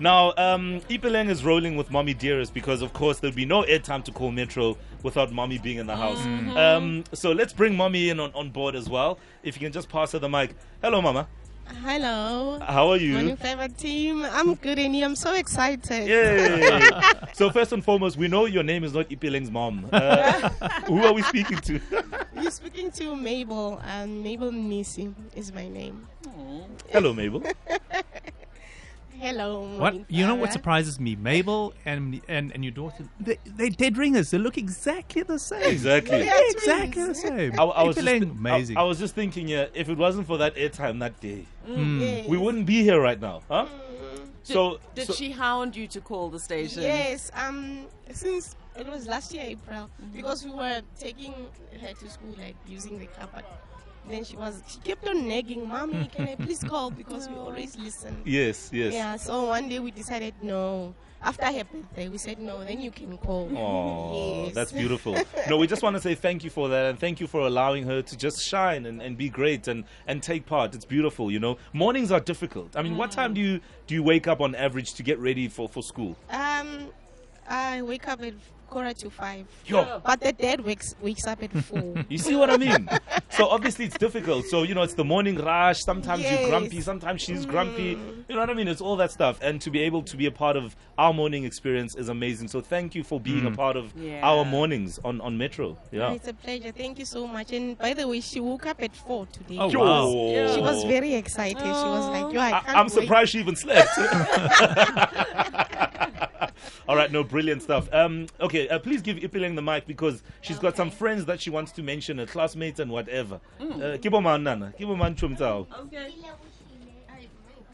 Now, um, Ipelang is rolling with Mommy Dearest because, of course, there'd be no airtime to call Metro without Mommy being in the house. Um, so let's bring Mommy in on, on board as well. If you can just pass her the mic. Hello, Mama. Hello. How are My new you? favorite team. I'm good in here. I'm so excited. Yay! so first and foremost, we know your name is not Ipeleng's mom. Uh, who are we speaking to? You're speaking to Mabel, and Mabel Nisi is my name. Hello, Mabel. Hello. What Mabel. you know? What Alright. surprises me, Mabel and and, and your daughter. They, they're dead ringers. They look exactly the same. Exactly. Yeah, twins. exactly the same. I, I was just, Ipelang, I- amazing. I, was just thinking, yeah, if it wasn't for that airtime that day, Yes. Mm. we wouldn't be here right now, huh? Did, So, did so- she hound you to call the station? Yes. Um. Since it was last year April, because we were taking her to school, like using the car, but then she was she kept on nagging, "Mommy, can I please call?" Because we always listen. yes, yes. Yeah, so one day we decided no. After her birthday, we said no, then you can call. Oh, Yes. that's beautiful. No, we just want to say thank you for that and thank you for allowing her to just shine and, and be great and, and take part. It's beautiful, you know. Mornings are difficult. I mean, what time do you do you wake up on average to get ready for, for school? Um, I wake up at quarter to five. Yo. But the dad wakes wakes up at four. You see what I mean? so obviously it's difficult. So you know it's the morning rush. Sometimes you're Yes. grumpy. Sometimes she's grumpy. You know what I mean? It's all that stuff. And to be able to be a part of our morning experience is amazing. So thank you for being a part of Yeah. our mornings on, on Metro. Yeah. It's a pleasure. Thank you so much. And by the way, she woke up at four today. Oh, Yo. wow. She was very excited. She was like, "Yo, I I, can't I'm wait." surprised she even slept. All right, no, brilliant stuff. Um, okay, uh, please give Ipiling the mic because she's got some friends that she wants to mention, her classmates and whatever. Uh, Kiboma nana, kiboma nchumtsao. Okay.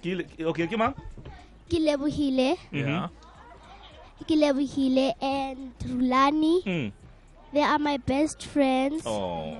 Kile- Okay, kima. ke lebogile Yeah. ke lebogile Mm-hmm. and rulani Mm. they are my best friends Oh,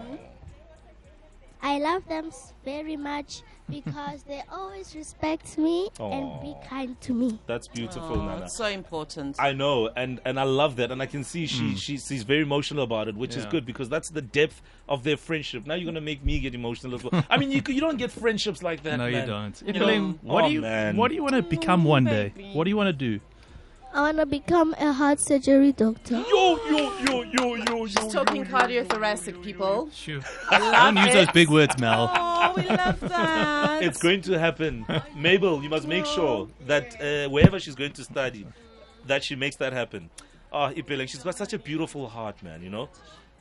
i love them s- very much because they always respect me and be Aw. kind to me that's beautiful, Oh, Nana. it's so important. I know, and and I love that, and I can see she, she she's very emotional about it, which is Yeah. good because that's the depth of their friendship. Now you're gonna make me get emotional as well. I mean, you c- you don't get friendships like that. No, you man. don't. You Ipelang, know? what Oh, do you man. What do you want to become one day? baby. What do you want to do? i want to become a heart surgery doctor Yo, yo, yo, yo, yo, yo. She's talking cardiothoracic people. Sure. Love Don't use those it. big words, Mel. Oh, we love that. It's going to happen. Mabel, you must make sure that uh, wherever she's going to study, that she makes that happen. Ah, Ipelang, she's got such a beautiful heart, man, you know?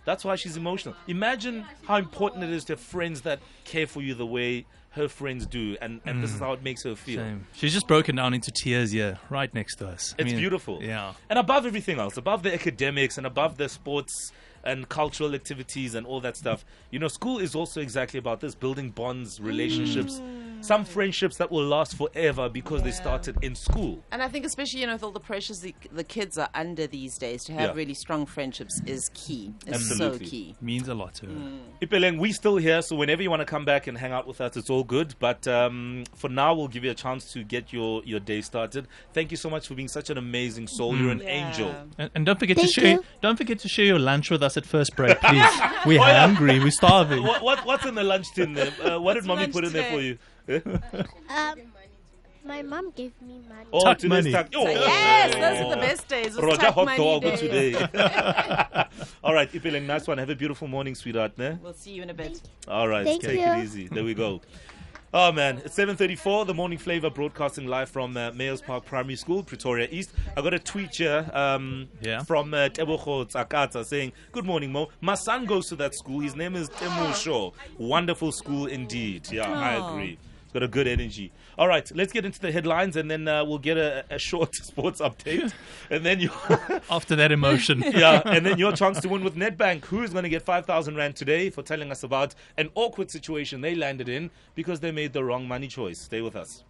That's why she's emotional. Imagine how important it is to have friends that care for you the way her friends do, and, and this is how it makes her feel. Shame. She's just broken down into tears. Yeah, right next to us. I It's mean, beautiful. Yeah. And above everything else, above the academics and above the sports and cultural activities and all that stuff, you know, school is also exactly about this building bonds, relationships, Mm. some friendships that will last forever because they started in school. And I think, especially you know, with all the pressures the, the kids are under these days, to have Yeah. really strong friendships is key. It's Absolutely. so key. Means a lot to her. Ipeleng, we still here, so whenever you want to come back and hang out with us, it's all good. But um, for now, we'll give you a chance to get your, your day started. Thank you so much for being such an amazing soul. You're an angel. Mm. Yeah. And, and don't forget Thank to share. you. Don't forget to share your lunch with us at first break, please. We're hungry. We're starving. What, what, what's in the lunch tin there? Uh, what did mommy lunch put in there today? for you? um, my mom gave me money Oh, Tuck today's money. tuck- Oh. Yes, those are the best days. It's Roger Tuck Oh. hot Money dog Day. today. All right, Ipeling, nice one. Have a beautiful morning, sweetheart. Ne? We'll see you in a bit. All right, Thank take you. it easy. There we go. Oh man, it's 7:34. The morning flavor broadcasting live from uh, Mayors Park Primary School, Pretoria East. I got a tweet here um, Yeah. from uh, Tebogo Tsakata saying, "Good morning, Mo. My son goes to that school. His name is Temu Shaw. Wonderful school indeed. Yeah, I Aw. agree. It's got a good energy. All right, let's get into the headlines, and then uh, we'll get a, a short sports update, and then you." After that emotion. yeah, and then your chance to win with NetBank, who is going to get 5,000 Rand today for telling us about an awkward situation they landed in because they made the wrong money choice. Stay with us.